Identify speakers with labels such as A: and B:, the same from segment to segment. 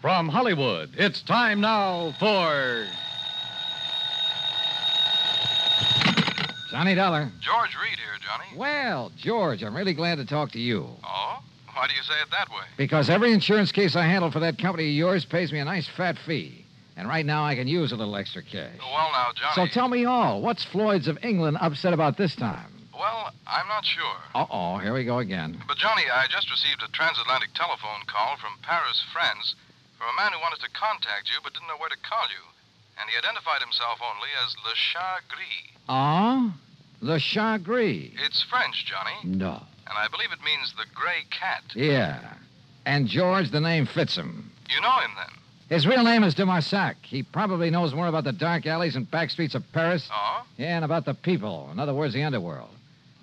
A: From Hollywood, it's time now for
B: Johnny Dollar.
C: George Reed here, Johnny.
B: Well, George, I'm really glad to talk to you.
C: Oh? Why do you say it that way?
B: Because every insurance case I handle for that company of yours pays me a nice fat fee. And right now I can use a little extra cash.
C: Oh, Well, now,
B: So
C: Johnny.
B: tell me all. What's Floyd's of England upset about this time?
C: Well, I'm not sure.
B: Uh oh, here we go again.
C: But, Johnny, I just received a transatlantic telephone call from Paris, France, from a man who wanted to contact you but didn't know where to call you. And he identified himself only as Le Chat Gris.
B: Ah? Le Chat Gris.
C: It's French, Johnny,
B: No.
C: and I believe it means the gray cat.
B: Yeah. And George, the name fits him.
C: You know him, then?
B: His real name is de Marsac. He probably knows more about the dark alleys and back streets of Paris.
C: Oh?
B: Yeah, and about the people. In other words, the underworld.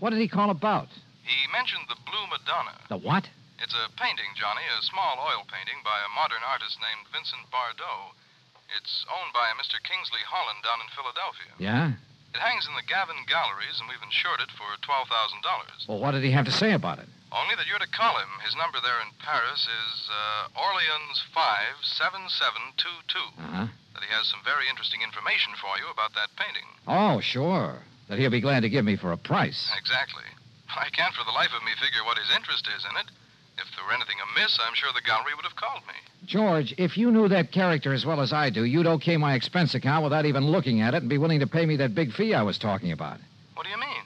B: What did he call about?
C: He mentioned the Blue Madonna.
B: The what?
C: It's a painting, Johnny, a small oil painting by a modern artist named Vincent Bardot. It's owned by a Mr. Kingsley Holland down in Philadelphia.
B: Yeah?
C: It hangs in the Gavin Galleries, and we've insured it for $12,000.
B: Well, what did he have to say about it?
C: Only that you're to call him. His number there in Paris is uh, Orleans 57722.
B: Uh huh.
C: That he has some very interesting information for you about that painting.
B: Oh, sure. That he'll be glad to give me for a price.
C: Exactly. I can't for the life of me figure what his interest is in it. If there were anything amiss, I'm sure the gallery would have called me.
B: George, if you knew that character as well as I do, you'd okay my expense account without even looking at it and be willing to pay me that big fee I was talking about.
C: What do you mean?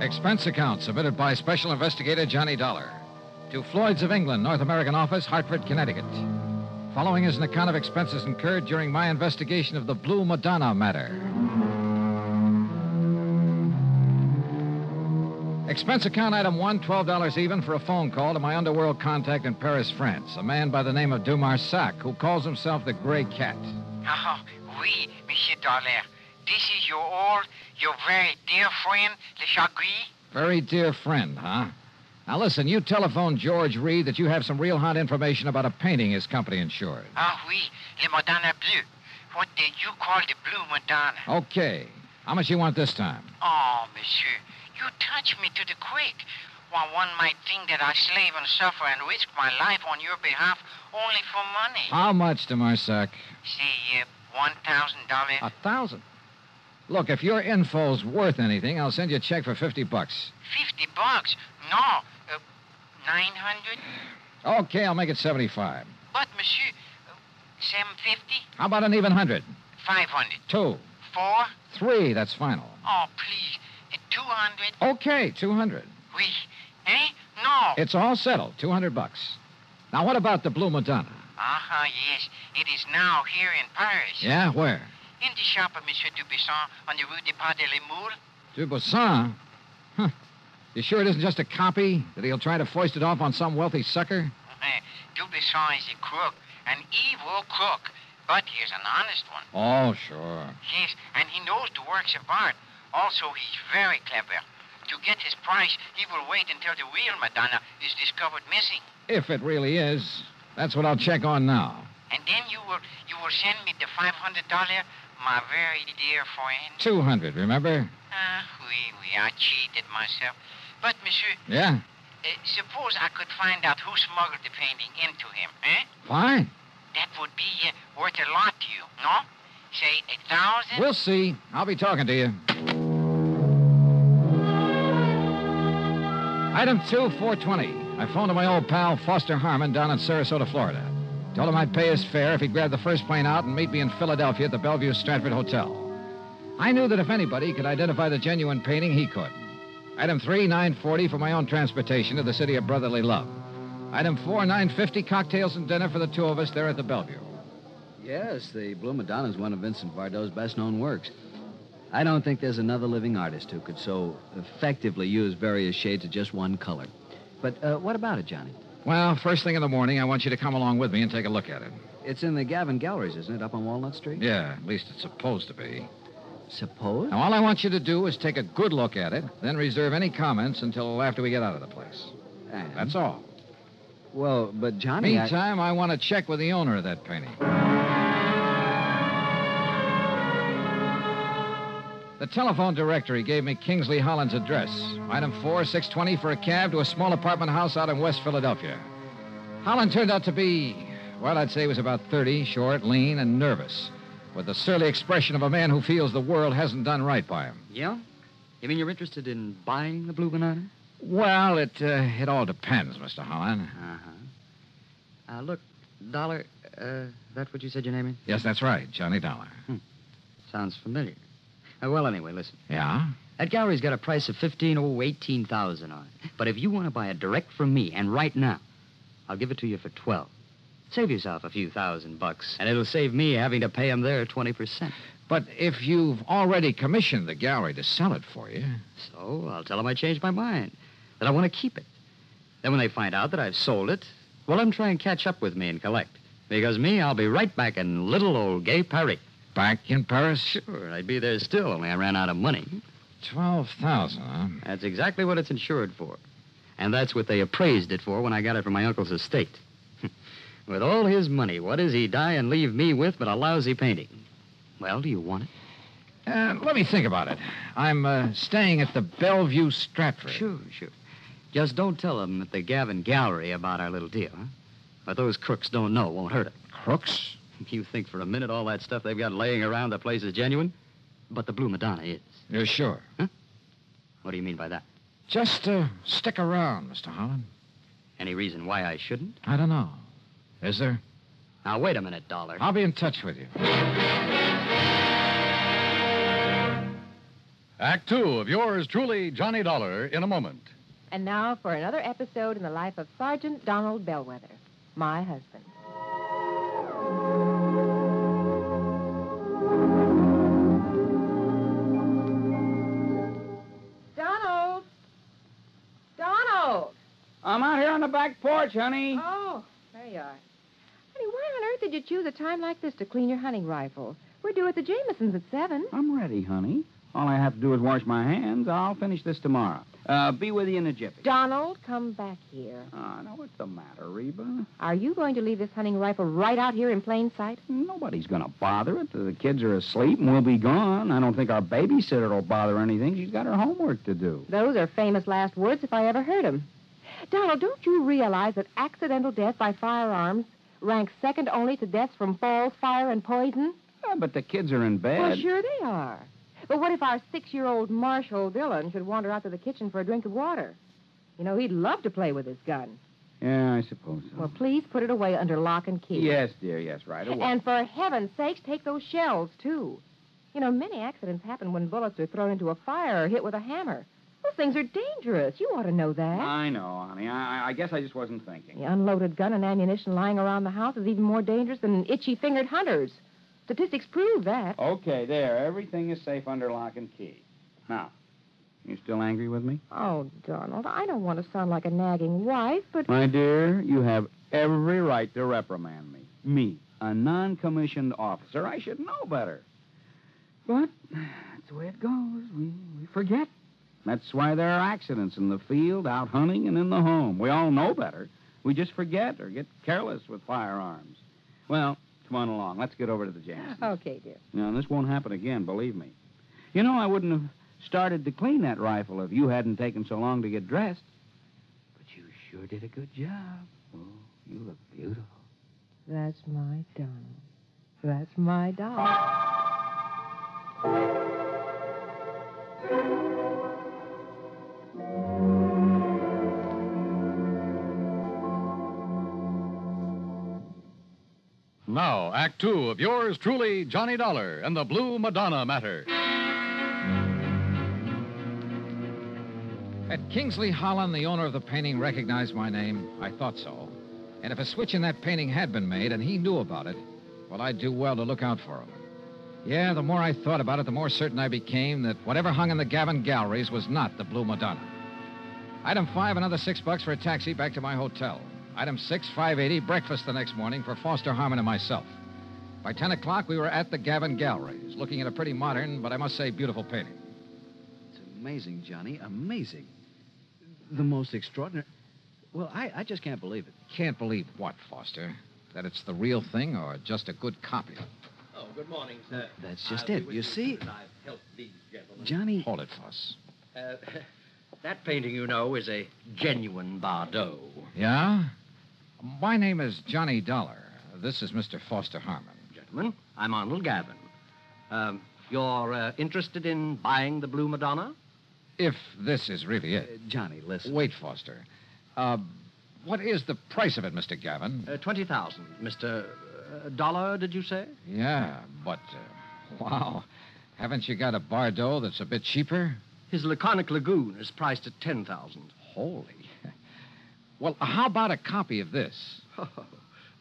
B: Expense account submitted by Special Investigator Johnny Dollar to Floyd's of England, North American Office, Hartford, Connecticut. Following is an account of expenses incurred during my investigation of the Blue Madonna matter. Expense account item one, $12 even for a phone call to my underworld contact in Paris, France, a man by the name of Dumarsac, who calls himself the Grey Cat.
D: Oh, oui, Monsieur Dollar. This is your old, your very dear friend, Le Chagris.
B: Very dear friend, huh? Now listen, you telephone George Reed that you have some real hot information about a painting his company insured.
D: Ah, oui, Le Madonna Bleu. What did you call the Blue Madonna?
B: Okay. How much you want this time?
D: Oh, Monsieur, you touch me to the quick. While one might think that I slave and suffer and risk my life on your behalf only for money.
B: How much, De Marsac?
D: Say, uh, $1,000.
B: A thousand. Look, if your info's worth anything, I'll send you a check for 50 bucks.
D: 50 bucks? No, uh, 900?
B: Okay, I'll make it 75.
D: But, Monsieur, uh, 750?
B: How about an even hundred?
D: 500.
B: Two.
D: Four?
B: Three, that's final.
D: Oh, please. Uh, 200?
B: Okay, 200.
D: Oui. Eh? No.
B: It's all settled, 200 bucks. Now, what about the Blue Madonna?
D: Ah, uh yes. It is now here in Paris.
B: Yeah, where?
D: In the shop of Monsieur Dubuisson on the Rue des Pas de la Moules.
B: Dubuisson? Huh. You sure it isn't just a copy? That he'll try to foist it off on some wealthy sucker?
D: Eh, Dubuisson is a crook, an evil crook. But he is an honest one.
B: Oh, sure.
D: Yes, and he knows the works of art. Also, he's very clever. To get his price, he will wait until the real Madonna is discovered missing.
B: If it really is. That's what I'll check on now.
D: And then you will you will send me the five hundred dollar my very dear friend.
B: 200, remember?
D: Ah, oui, oui, I cheated myself. But, monsieur,
B: Yeah.
D: uh, suppose I could find out who smuggled the painting into him, eh?
B: Fine.
D: That would be uh, worth a lot to you, no? Say a thousand?
B: We'll see. I'll be talking to you. Item 2, 420. I phoned to my old pal Foster Harmon down in Sarasota, Florida. Told him I'd pay his fare if he'd grab the first plane out and meet me in Philadelphia at the Bellevue Stratford Hotel. I knew that if anybody could identify the genuine painting, he could. Item 3, 940 for my own transportation to the city of brotherly love. Item 4, 950 cocktails and dinner for the two of us there at the Bellevue.
E: Yes, the Blue Madonna is one of Vincent Bardot's best known works. I don't think there's another living artist who could so effectively use various shades of just one color. But uh, what about it, Johnny?
B: Well, first thing in the morning, I want you to come along with me and take a look at it.
E: It's in the Gavin Galleries, isn't it, up on Walnut Street?
B: Yeah, at least it's supposed to be.
E: Suppose?
B: Now, all I want you to do is take a good look at it, then reserve any comments until after we get out of the place.
E: And-
B: That's all.
E: Well, but Johnny. I-
B: Meantime, I want to check with the owner of that painting. The telephone directory gave me Kingsley Holland's address. Item 4, 620 for a cab to a small apartment house out in West Philadelphia. Holland turned out to be, well, I'd say he was about 30, short, lean, and nervous, with the surly expression of a man who feels the world hasn't done right by him.
E: Yeah? You mean you're interested in buying the Blue Banana?
B: Well, it, uh, it all depends, Mr. Holland.
E: Uh huh. Uh, look, Dollar, uh, that's what you said your name is?
B: Yes, that's right, Johnny Dollar.
E: Sounds familiar. Uh, well, anyway, listen.
B: Yeah?
E: That gallery's got a price of fifteen oh eighteen thousand on it. But if you want to buy it direct from me and right now, I'll give it to you for twelve. Save yourself a few thousand bucks, and it'll save me having to pay 'em their twenty percent.
B: But if you've already commissioned the gallery to sell it for you.
E: So I'll tell 'em I changed my mind, that I want to keep it. Then when they find out that I've sold it, well, them try and catch up with me and collect. Because me, I'll be right back in little old gay Paris.
B: Back in Paris?
E: Sure, I'd be there still, only I ran out of money.
B: 12,000, huh?
E: That's exactly what it's insured for. And that's what they appraised it for when I got it from my uncle's estate. with all his money, what does he die and leave me with but a lousy painting? Well, do you want it?
B: Uh, let me think about it. I'm uh, staying at the Bellevue Stratford.
E: Sure, sure. Just don't tell them at the Gavin Gallery about our little deal, huh? But those crooks don't know, won't hurt it.
B: Crooks?
E: You think for a minute all that stuff they've got laying around the place is genuine? But the Blue Madonna is.
B: You're sure?
E: What do you mean by that?
B: Just uh, stick around, Mr. Holland.
E: Any reason why I shouldn't?
B: I don't know. Is there?
E: Now, wait a minute, Dollar.
B: I'll be in touch with you.
A: Act two of yours truly, Johnny Dollar, in a moment.
F: And now for another episode in the life of Sergeant Donald Bellwether, my husband. Donald! Donald!
G: I'm out here on the back porch, honey.
F: Oh, there you are. Honey, why on earth did you choose a time like this to clean your hunting rifle? We're due at the Jamesons at 7.
G: I'm ready, honey. All I have to do is wash my hands. I'll finish this tomorrow. Uh, be with you in a jiffy.
F: Donald, come back here.
G: Ah, now what's the matter, Reba?
F: Are you going to leave this hunting rifle right out here in plain sight?
G: Nobody's gonna bother it. The kids are asleep and we'll be gone. I don't think our babysitter will bother anything. She's got her homework to do.
F: Those are famous last words if I ever heard 'em. Donald, don't you realize that accidental death by firearms ranks second only to deaths from falls, fire, and poison?
G: Yeah, Uh, but the kids are in bed.
F: Well, sure they are. But what if our six-year-old Marshall Dillon should wander out to the kitchen for a drink of water? You know, he'd love to play with his gun.
G: Yeah, I suppose so.
F: Well, please put it away under lock and key.
G: yes, dear, yes, right away.
F: And for heaven's sakes, take those shells, too. You know, many accidents happen when bullets are thrown into a fire or hit with a hammer. Those things are dangerous. You ought to know that.
G: I know, honey. I, I guess I just wasn't thinking.
F: The unloaded gun and ammunition lying around the house is even more dangerous than itchy fingered hunters. Statistics prove that.
G: Okay, there. Everything is safe under lock and key. Now, you still angry with me?
F: Oh, Donald, I don't want to sound like a nagging wife, but.
G: My dear, you have every right to reprimand me. Me, a non commissioned officer. I should know better. But that's the way it goes. We, we forget. That's why there are accidents in the field, out hunting, and in the home. We all know better. We just forget or get careless with firearms. Well, Come on along. Let's get over to the Jamesons.
F: Okay, dear.
G: Now, this won't happen again, believe me. You know, I wouldn't have started to clean that rifle if you hadn't taken so long to get dressed. But you sure did a good job. Oh, you look beautiful.
F: That's my Donald. That's my Donald.
A: Now, Act Two of yours truly, Johnny Dollar and the Blue Madonna Matter.
B: Had Kingsley Holland, the owner of the painting, recognized my name? I thought so. And if a switch in that painting had been made and he knew about it, well, I'd do well to look out for him. Yeah, the more I thought about it, the more certain I became that whatever hung in the Gavin galleries was not the Blue Madonna. Item five, another six bucks for a taxi back to my hotel. Item six, 580, breakfast the next morning for Foster Harmon and myself. By 10 o'clock, we were at the Gavin Galleries, looking at a pretty modern, but I must say beautiful painting.
H: It's amazing, Johnny. Amazing. The most extraordinary. Well, I, I just can't believe it.
B: Can't believe what, Foster? That it's the real thing or just a good copy?
I: Oh, good morning, sir.
H: That's just it. You see, Johnny,
B: Hold it, Foss.
I: Uh, that painting, you know, is a genuine Bardot.
B: Yeah? My name is Johnny Dollar. This is Mr. Foster Harmon.
I: Gentlemen, I'm Arnold Gavin. Um, you're uh, interested in buying the Blue Madonna?
B: If this is really
H: uh,
B: it.
H: Johnny, listen.
B: Wait, Foster. Uh, what is the price of it, Mr. Gavin?
I: Uh, 20,000. Mr. uh, Dollar, did you say?
B: Yeah, but. Uh, wow. Haven't you got a Bardot that's a bit cheaper?
I: His laconic lagoon is priced at 10,000.
B: Holy. Well, how about a copy of this?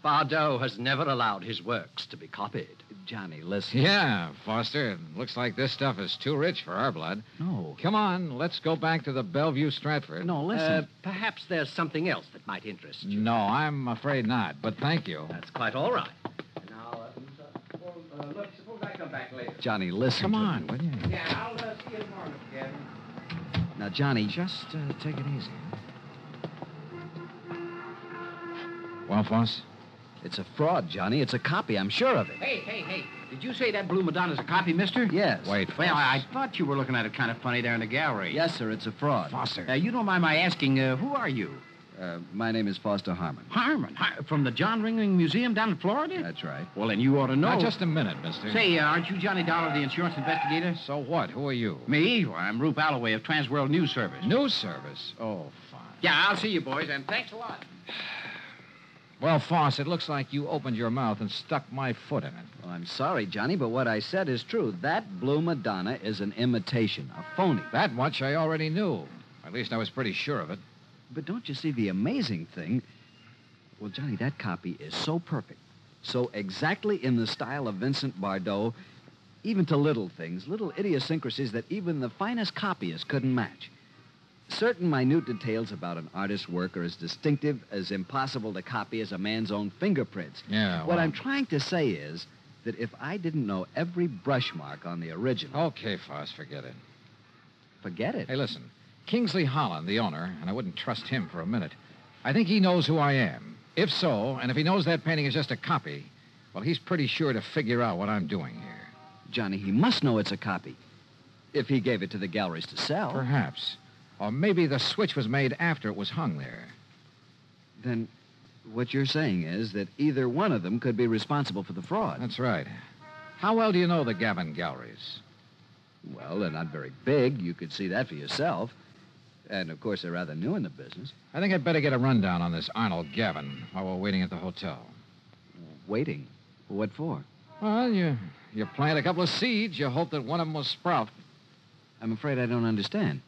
I: Bardot has never allowed his works to be copied.
H: Johnny, listen.
B: Yeah, Foster. it Looks like this stuff is too rich for our blood.
H: No.
B: Come on, let's go back to the Bellevue Stratford.
H: No, listen.
I: Uh, perhaps there's something else that might interest you.
B: No, I'm afraid not, but thank you.
I: That's quite all right. Now, uh, suppose, uh, look, suppose I come back later.
H: Johnny, listen.
B: Come
H: to
B: on,
H: me.
B: will you?
I: Yeah, I'll uh, see you tomorrow, Mr. Gavin.
H: Now, Johnny,
B: Just uh, take it easy. Well, Foss?
H: it's a fraud, Johnny. It's a copy. I'm sure of it.
I: Hey, hey, hey. Did you say that Blue Madonna's a copy, mister?
H: Yes.
B: Wait,
I: Well,
B: Foss.
I: I, I thought you were looking at it kind of funny there in the gallery.
H: Yes, sir. It's a fraud.
I: Now,
B: Foster.
I: you don't mind my asking, uh, who are you?
H: Uh, my name is Foster Harmon.
I: Harmon, Har- from the John Ringling Museum down in Florida?
H: That's right.
I: well, then you ought to know.
B: Now, just a minute, mister.
I: Say, uh, aren't you Johnny Dollar, the insurance investigator?
B: So what? Who are you?
I: Me? Well, I'm Rupe Alloway of Transworld News Service.
B: News service. Oh, fine.
I: Yeah, I'll see you, boys, and thanks a lot.
B: Well, Foss, it looks like you opened your mouth and stuck my foot in it.
H: Well, I'm sorry, Johnny, but what I said is true. That blue Madonna is an imitation, a phony.
B: That much I already knew. At least I was pretty sure of it.
H: But don't you see the amazing thing? Well, Johnny, that copy is so perfect, so exactly in the style of Vincent Bardot, even to little things, little idiosyncrasies that even the finest copyist couldn't match. Certain minute details about an artist's work are as distinctive, as impossible to copy as a man's own fingerprints.
B: Yeah.
H: What I'm trying to say is that if I didn't know every brush mark on the original,
B: Okay, Foss, forget it.
H: forget it.
B: Hey, listen. Kingsley Holland, the owner, and I wouldn't trust him for a minute. I think he knows who I am. If so, and if he knows that painting is just a copy, well, he's pretty sure to figure out what I'm doing here.
H: Johnny, he must know it's a copy. If he gave it to the galleries to sell.
B: Perhaps. Or maybe the switch was made after it was hung there.
H: Then what you're saying is that either one of them could be responsible for the fraud.
B: That's right. How well do you know the Gavin Galleries?
H: Well, they're not very big. You could see that for yourself. And, of course, they're rather new in the business.
B: I think I'd better get a rundown on this Arnold Gavin while we're waiting at the hotel.
H: Waiting. What for?
B: Well, you you plant a couple of seeds. You hope that one of them will sprout.
H: I'm afraid I don't understand.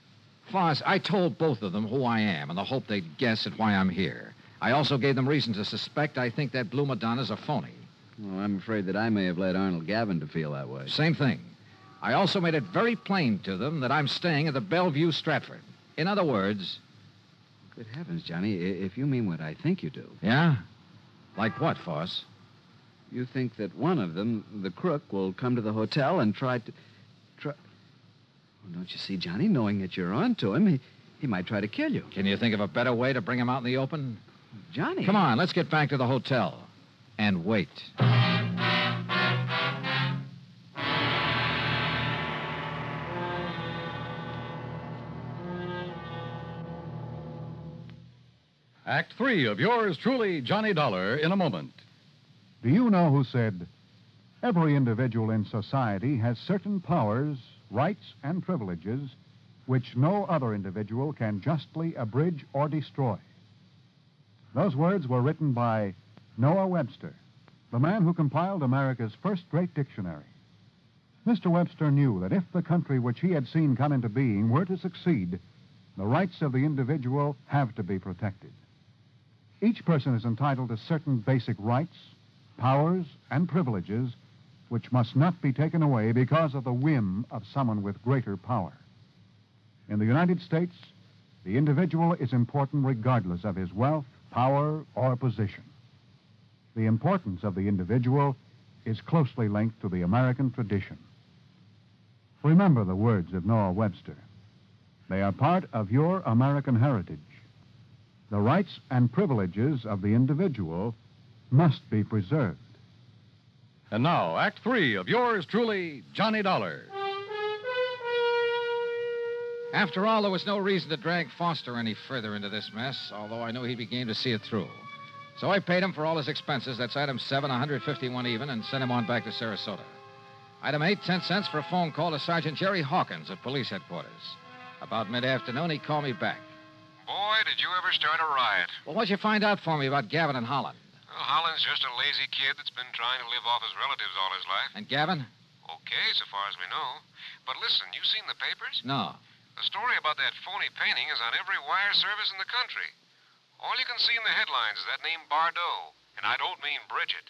B: Foss, I told both of them who I am in the hope they'd guess at why I'm here. I also gave them reason to suspect I think that Blue Madonna's a phony.
H: Well, I'm afraid that I may have led Arnold Gavin to feel that way.
B: Same thing. I also made it very plain to them that I'm staying at the Bellevue Stratford. In other words,
H: Good heavens, Johnny, i- if you mean what I think you do,
B: yeah? Like what, Foss?
H: you think that one of them, the crook, will come to the hotel and try to. Try... Well, don't you see, Johnny, knowing that you're on to him, he, he might try to kill you.
B: Can you think of a better way to bring him out in the open?
H: Johnny.
B: Come on, let's get back to the hotel and wait.
A: Act three of yours truly, Johnny Dollar, in a moment.
J: Do you know who said, Every individual in society has certain powers, rights, and privileges which no other individual can justly abridge or destroy? Those words were written by Noah Webster, the man who compiled America's first great dictionary. Mr. Webster knew that if the country which he had seen come into being were to succeed, the rights of the individual have to be protected. Each person is entitled to certain basic rights, powers, and privileges which must not be taken away because of the whim of someone with greater power. In the United States, the individual is important regardless of his wealth, power, or position. The importance of the individual is closely linked to the American tradition. Remember the words of Noah Webster. They are part of your American heritage. The rights and privileges of the individual must be preserved.
A: And now, Act three of yours truly, Johnny Dollar.
B: After all, there was no reason to drag Foster any further into this mess, although I knew he'd be game to see it through. So I paid him for all his expenses. That's item seven, 151 even, and sent him on back to Sarasota. Item eight, 10 cents for a phone call to Sergeant Jerry Hawkins of police headquarters. About mid afternoon, he called me back.
C: Boy, did you ever start a riot.
B: Well, what'd you find out for me about Gavin and Holland?
C: Well, Holland's just a lazy kid that's been trying to live off his relatives all his life.
B: And Gavin?
C: Okay, so far as we know. But listen, you seen the papers?
B: No.
C: The story about that phony painting is on every wire service in the country. All you can see in the headlines is that name Bardot, and I don't mean Bridget.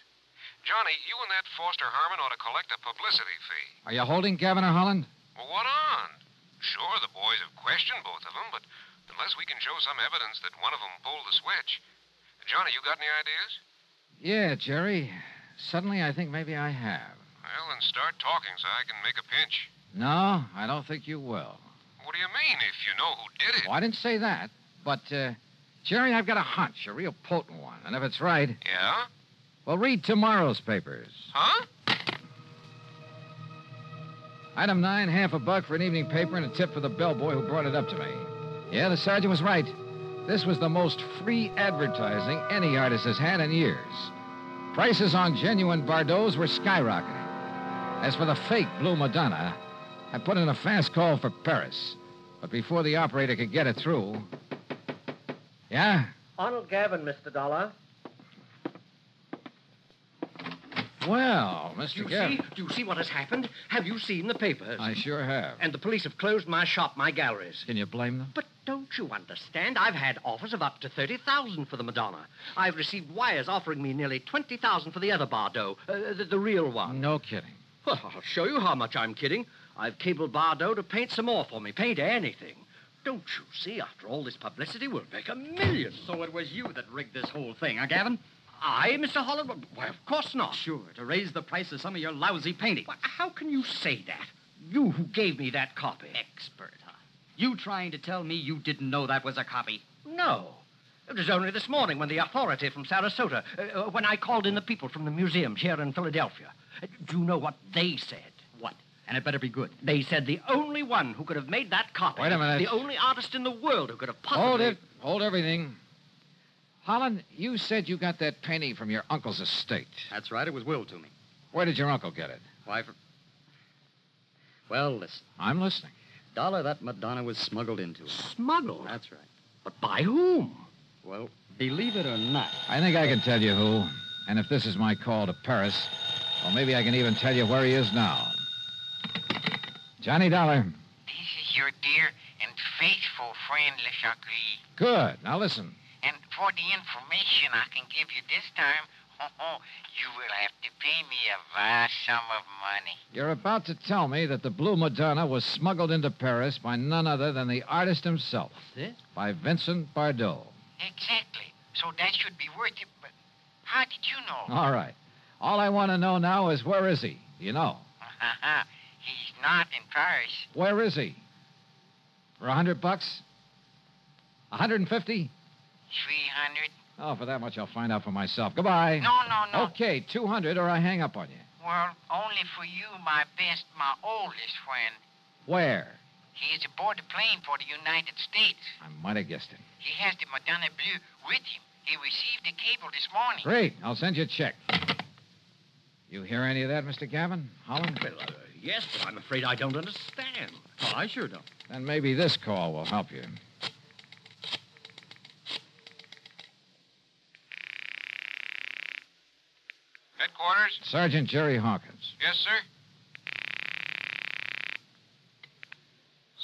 C: Johnny, you and that Foster Harmon ought to collect a publicity fee.
B: Are you holding Gavin or Holland?
C: Well, what on? Sure, the boys have questioned both of them, but unless we can show some evidence that one of them pulled the switch. Johnny, you got any ideas?
B: Yeah, Jerry. Suddenly, I think maybe I have.
C: Well, then start talking so I can make a pinch.
B: No, I don't think you will.
C: What do you mean, if you know who did it?
B: Oh, I didn't say that, but, uh, Jerry, I've got a hunch, a real potent one. And if it's right.
C: Yeah?
B: Well, read tomorrow's papers.
C: Huh?
B: Item nine, half a buck for an evening paper and a tip for the bellboy who brought it up to me. Yeah, the sergeant was right. This was the most free advertising any artist has had in years. Prices on genuine Bardots were skyrocketing. As for the fake Blue Madonna, I put in a fast call for Paris. But before the operator could get it through. Yeah?
K: Arnold Gavin, Mr. Dollar.
B: Well, Mr.
I: Do you
B: Gavin.
I: see? Do you see what has happened? Have you seen the papers?
B: I sure have.
I: And the police have closed my shop, my galleries.
B: Can you blame them?
I: But don't you understand? I've had offers of up to thirty thousand for the Madonna. I've received wires offering me nearly twenty thousand for the other Bardot, uh, the, the real one.
B: No kidding.
I: Well, I'll show you how much I'm kidding. I've cabled Bardot to paint some more for me. Paint anything. Don't you see? After all this publicity, we'll make a million. So it was you that rigged this whole thing, huh, Gavin? I, Mr. Holland? Why, of course not. Sure, to raise the price of some of your lousy paintings. how can you say that? You who gave me that copy.
L: Expert, huh? You trying to tell me you didn't know that was a copy?
I: No. It was only this morning when the authority from Sarasota, uh, uh, when I called in the people from the museums here in Philadelphia. Uh, Do you know what they said? What? And it better be good. They said the only one who could have made that copy.
B: Wait a minute.
I: The only artist in the world who could have possibly.
B: Hold it. Hold everything. Holland, you said you got that painting from your uncle's estate.
E: That's right. It was willed to me.
B: Where did your uncle get it?
E: Why, for... Well, listen.
B: I'm listening.
E: Dollar, that Madonna was smuggled into it.
I: Smuggled?
E: That's right.
I: But by whom?
E: Well, believe it or not,
B: I think I can tell you who. And if this is my call to Paris, well, maybe I can even tell you where he is now. Johnny Dollar.
D: This is Eh, your dear and faithful friend, Le Chagris.
B: Good. Now listen.
D: And for the information I can give you this time, oh, you will have to pay me a vast sum of money.
B: You're about to tell me that the Blue Madonna was smuggled into Paris by none other than the artist himself,
E: This?
B: by Vincent Bardot.
D: Exactly. So that should be worth it. But how did you know?
B: All right. All I want to know now is where is he? You know.
D: Uh-huh. He's not in Paris.
B: Where is he? For a hundred bucks? A hundred and fifty?
D: 300.
B: Oh, for that much I'll find out for myself. Goodbye.
D: No, no, no.
B: Okay, two hundred or I hang up on you.
D: Well, only for you, my best, my oldest friend.
B: Where?
D: He is aboard the plane for the United States.
B: I might have guessed it.
D: He has the Madonna Bleu with him. He received the cable this morning.
B: Great. I'll send you a check. You hear any of that, Mr. Gavin? Holland?
I: Well, uh, yes, but I'm afraid I don't understand. Well, Oh, I sure don't.
B: Then maybe this call will help you.
C: Headquarters?
B: Sergeant Jerry Hawkins.
C: Yes, sir.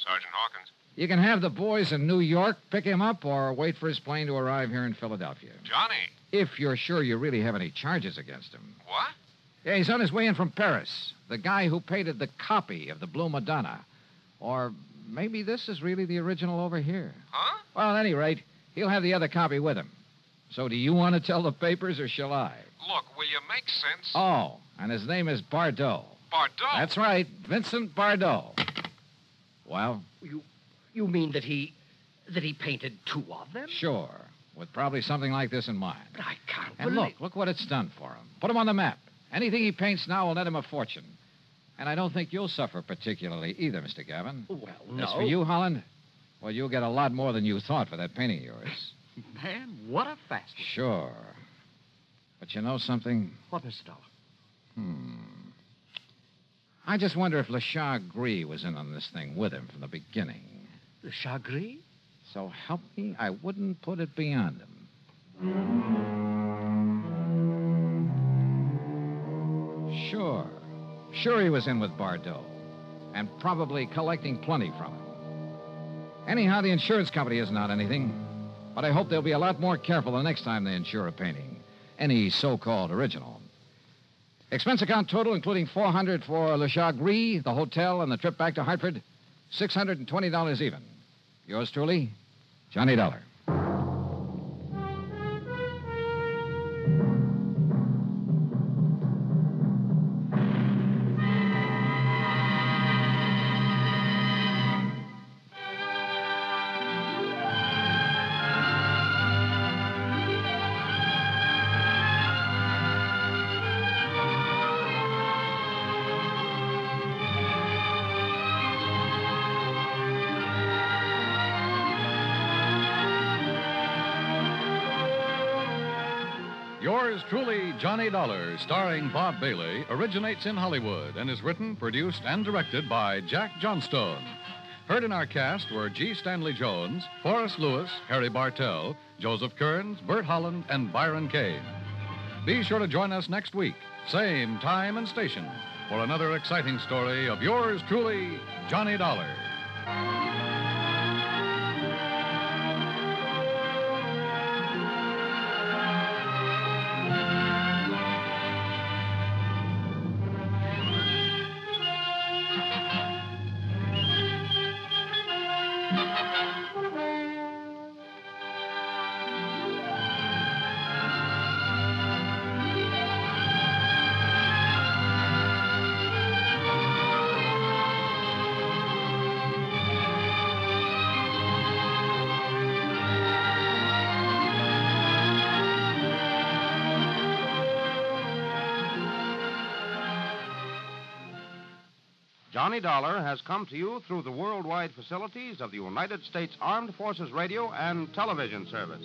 C: Sergeant Hawkins.
B: You can have the boys in New York pick him up or wait for his plane to arrive here in Philadelphia.
C: Johnny.
B: If you're sure you really have any charges against him.
C: What?
B: Yeah, he's on his way in from Paris. The guy who painted the copy of the Blue Madonna. Or maybe this is really the original over here.
C: Huh?
B: Well, at any rate, he'll have the other copy with him. So do you want to tell the papers or shall I?
C: Look, will you make sense?
B: Oh, and his name is Bardot.
C: Bardot?
B: That's right, Vincent Bardot. Well,
I: You mean that he. that he painted two of them?
B: sure, with probably something like this in mind.
I: But I can't
B: And
I: believe
B: look, look what it's done for him. Put him on the map. Anything he paints now will net him a fortune. And I don't think you'll suffer particularly either, Mr. Gavin.
I: Well,
B: As for you, Holland, well, you'll get a lot more than you thought for that painting of yours.
I: Man, what a fast.
B: Sure. But you know something?
I: What, Mr. Dollar?
B: Hmm. I just wonder if Le Chagris was in on this thing with him from the beginning.
I: The Chagris?
B: So help me, I wouldn't put it beyond him. Sure. Sure he was in with Bardot. And probably collecting plenty from him. Anyhow, the insurance company isn't out anything. But I hope they'll be a lot more careful the next time they insure a painting. Any so-called original. Expense account total, including 400 for Le Chagris, the hotel, and the trip back to Hartford, $620 even. Yours truly, Johnny Dollar.
A: Yours truly, Johnny Dollar, starring Bob Bailey, originates in Hollywood and is written, produced, and directed by Jack Johnstone. Heard in our cast were G. Stanley Jones, Forrest Lewis, Harry Bartell, Joseph Kearns, Bert Holland, and Byron Kane. Be sure to join us next week, same time and station, for another exciting story of yours truly, Johnny Dollar.
M: Johnny Dollar has come to you through the worldwide facilities of the United States Armed Forces Radio and Television Service.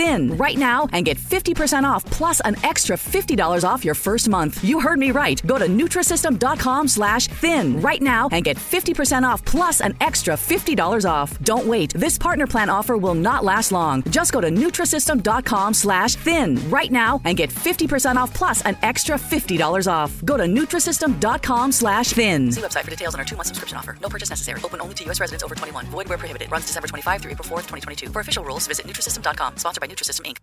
N: in right now and get 50% off plus an extra $50 off your first month. You heard me right. Go to Nutrisystem.com slash thin right now and get 50% off plus an extra $50 off. Don't wait. This partner plan offer will not last long. Just go to Nutrisystem.com slash thin right now and get 50% off plus an extra $50 off. Go to Nutrisystem.com slash thin.
O: See website for details on our two-month subscription offer. No purchase necessary. Open only to U.S. residents over 21. Void where prohibited. Runs December 25 through April 4th, 2022. For official rules, visit Nutrisystem.com. Sponsored by Nutrisystem, Inc.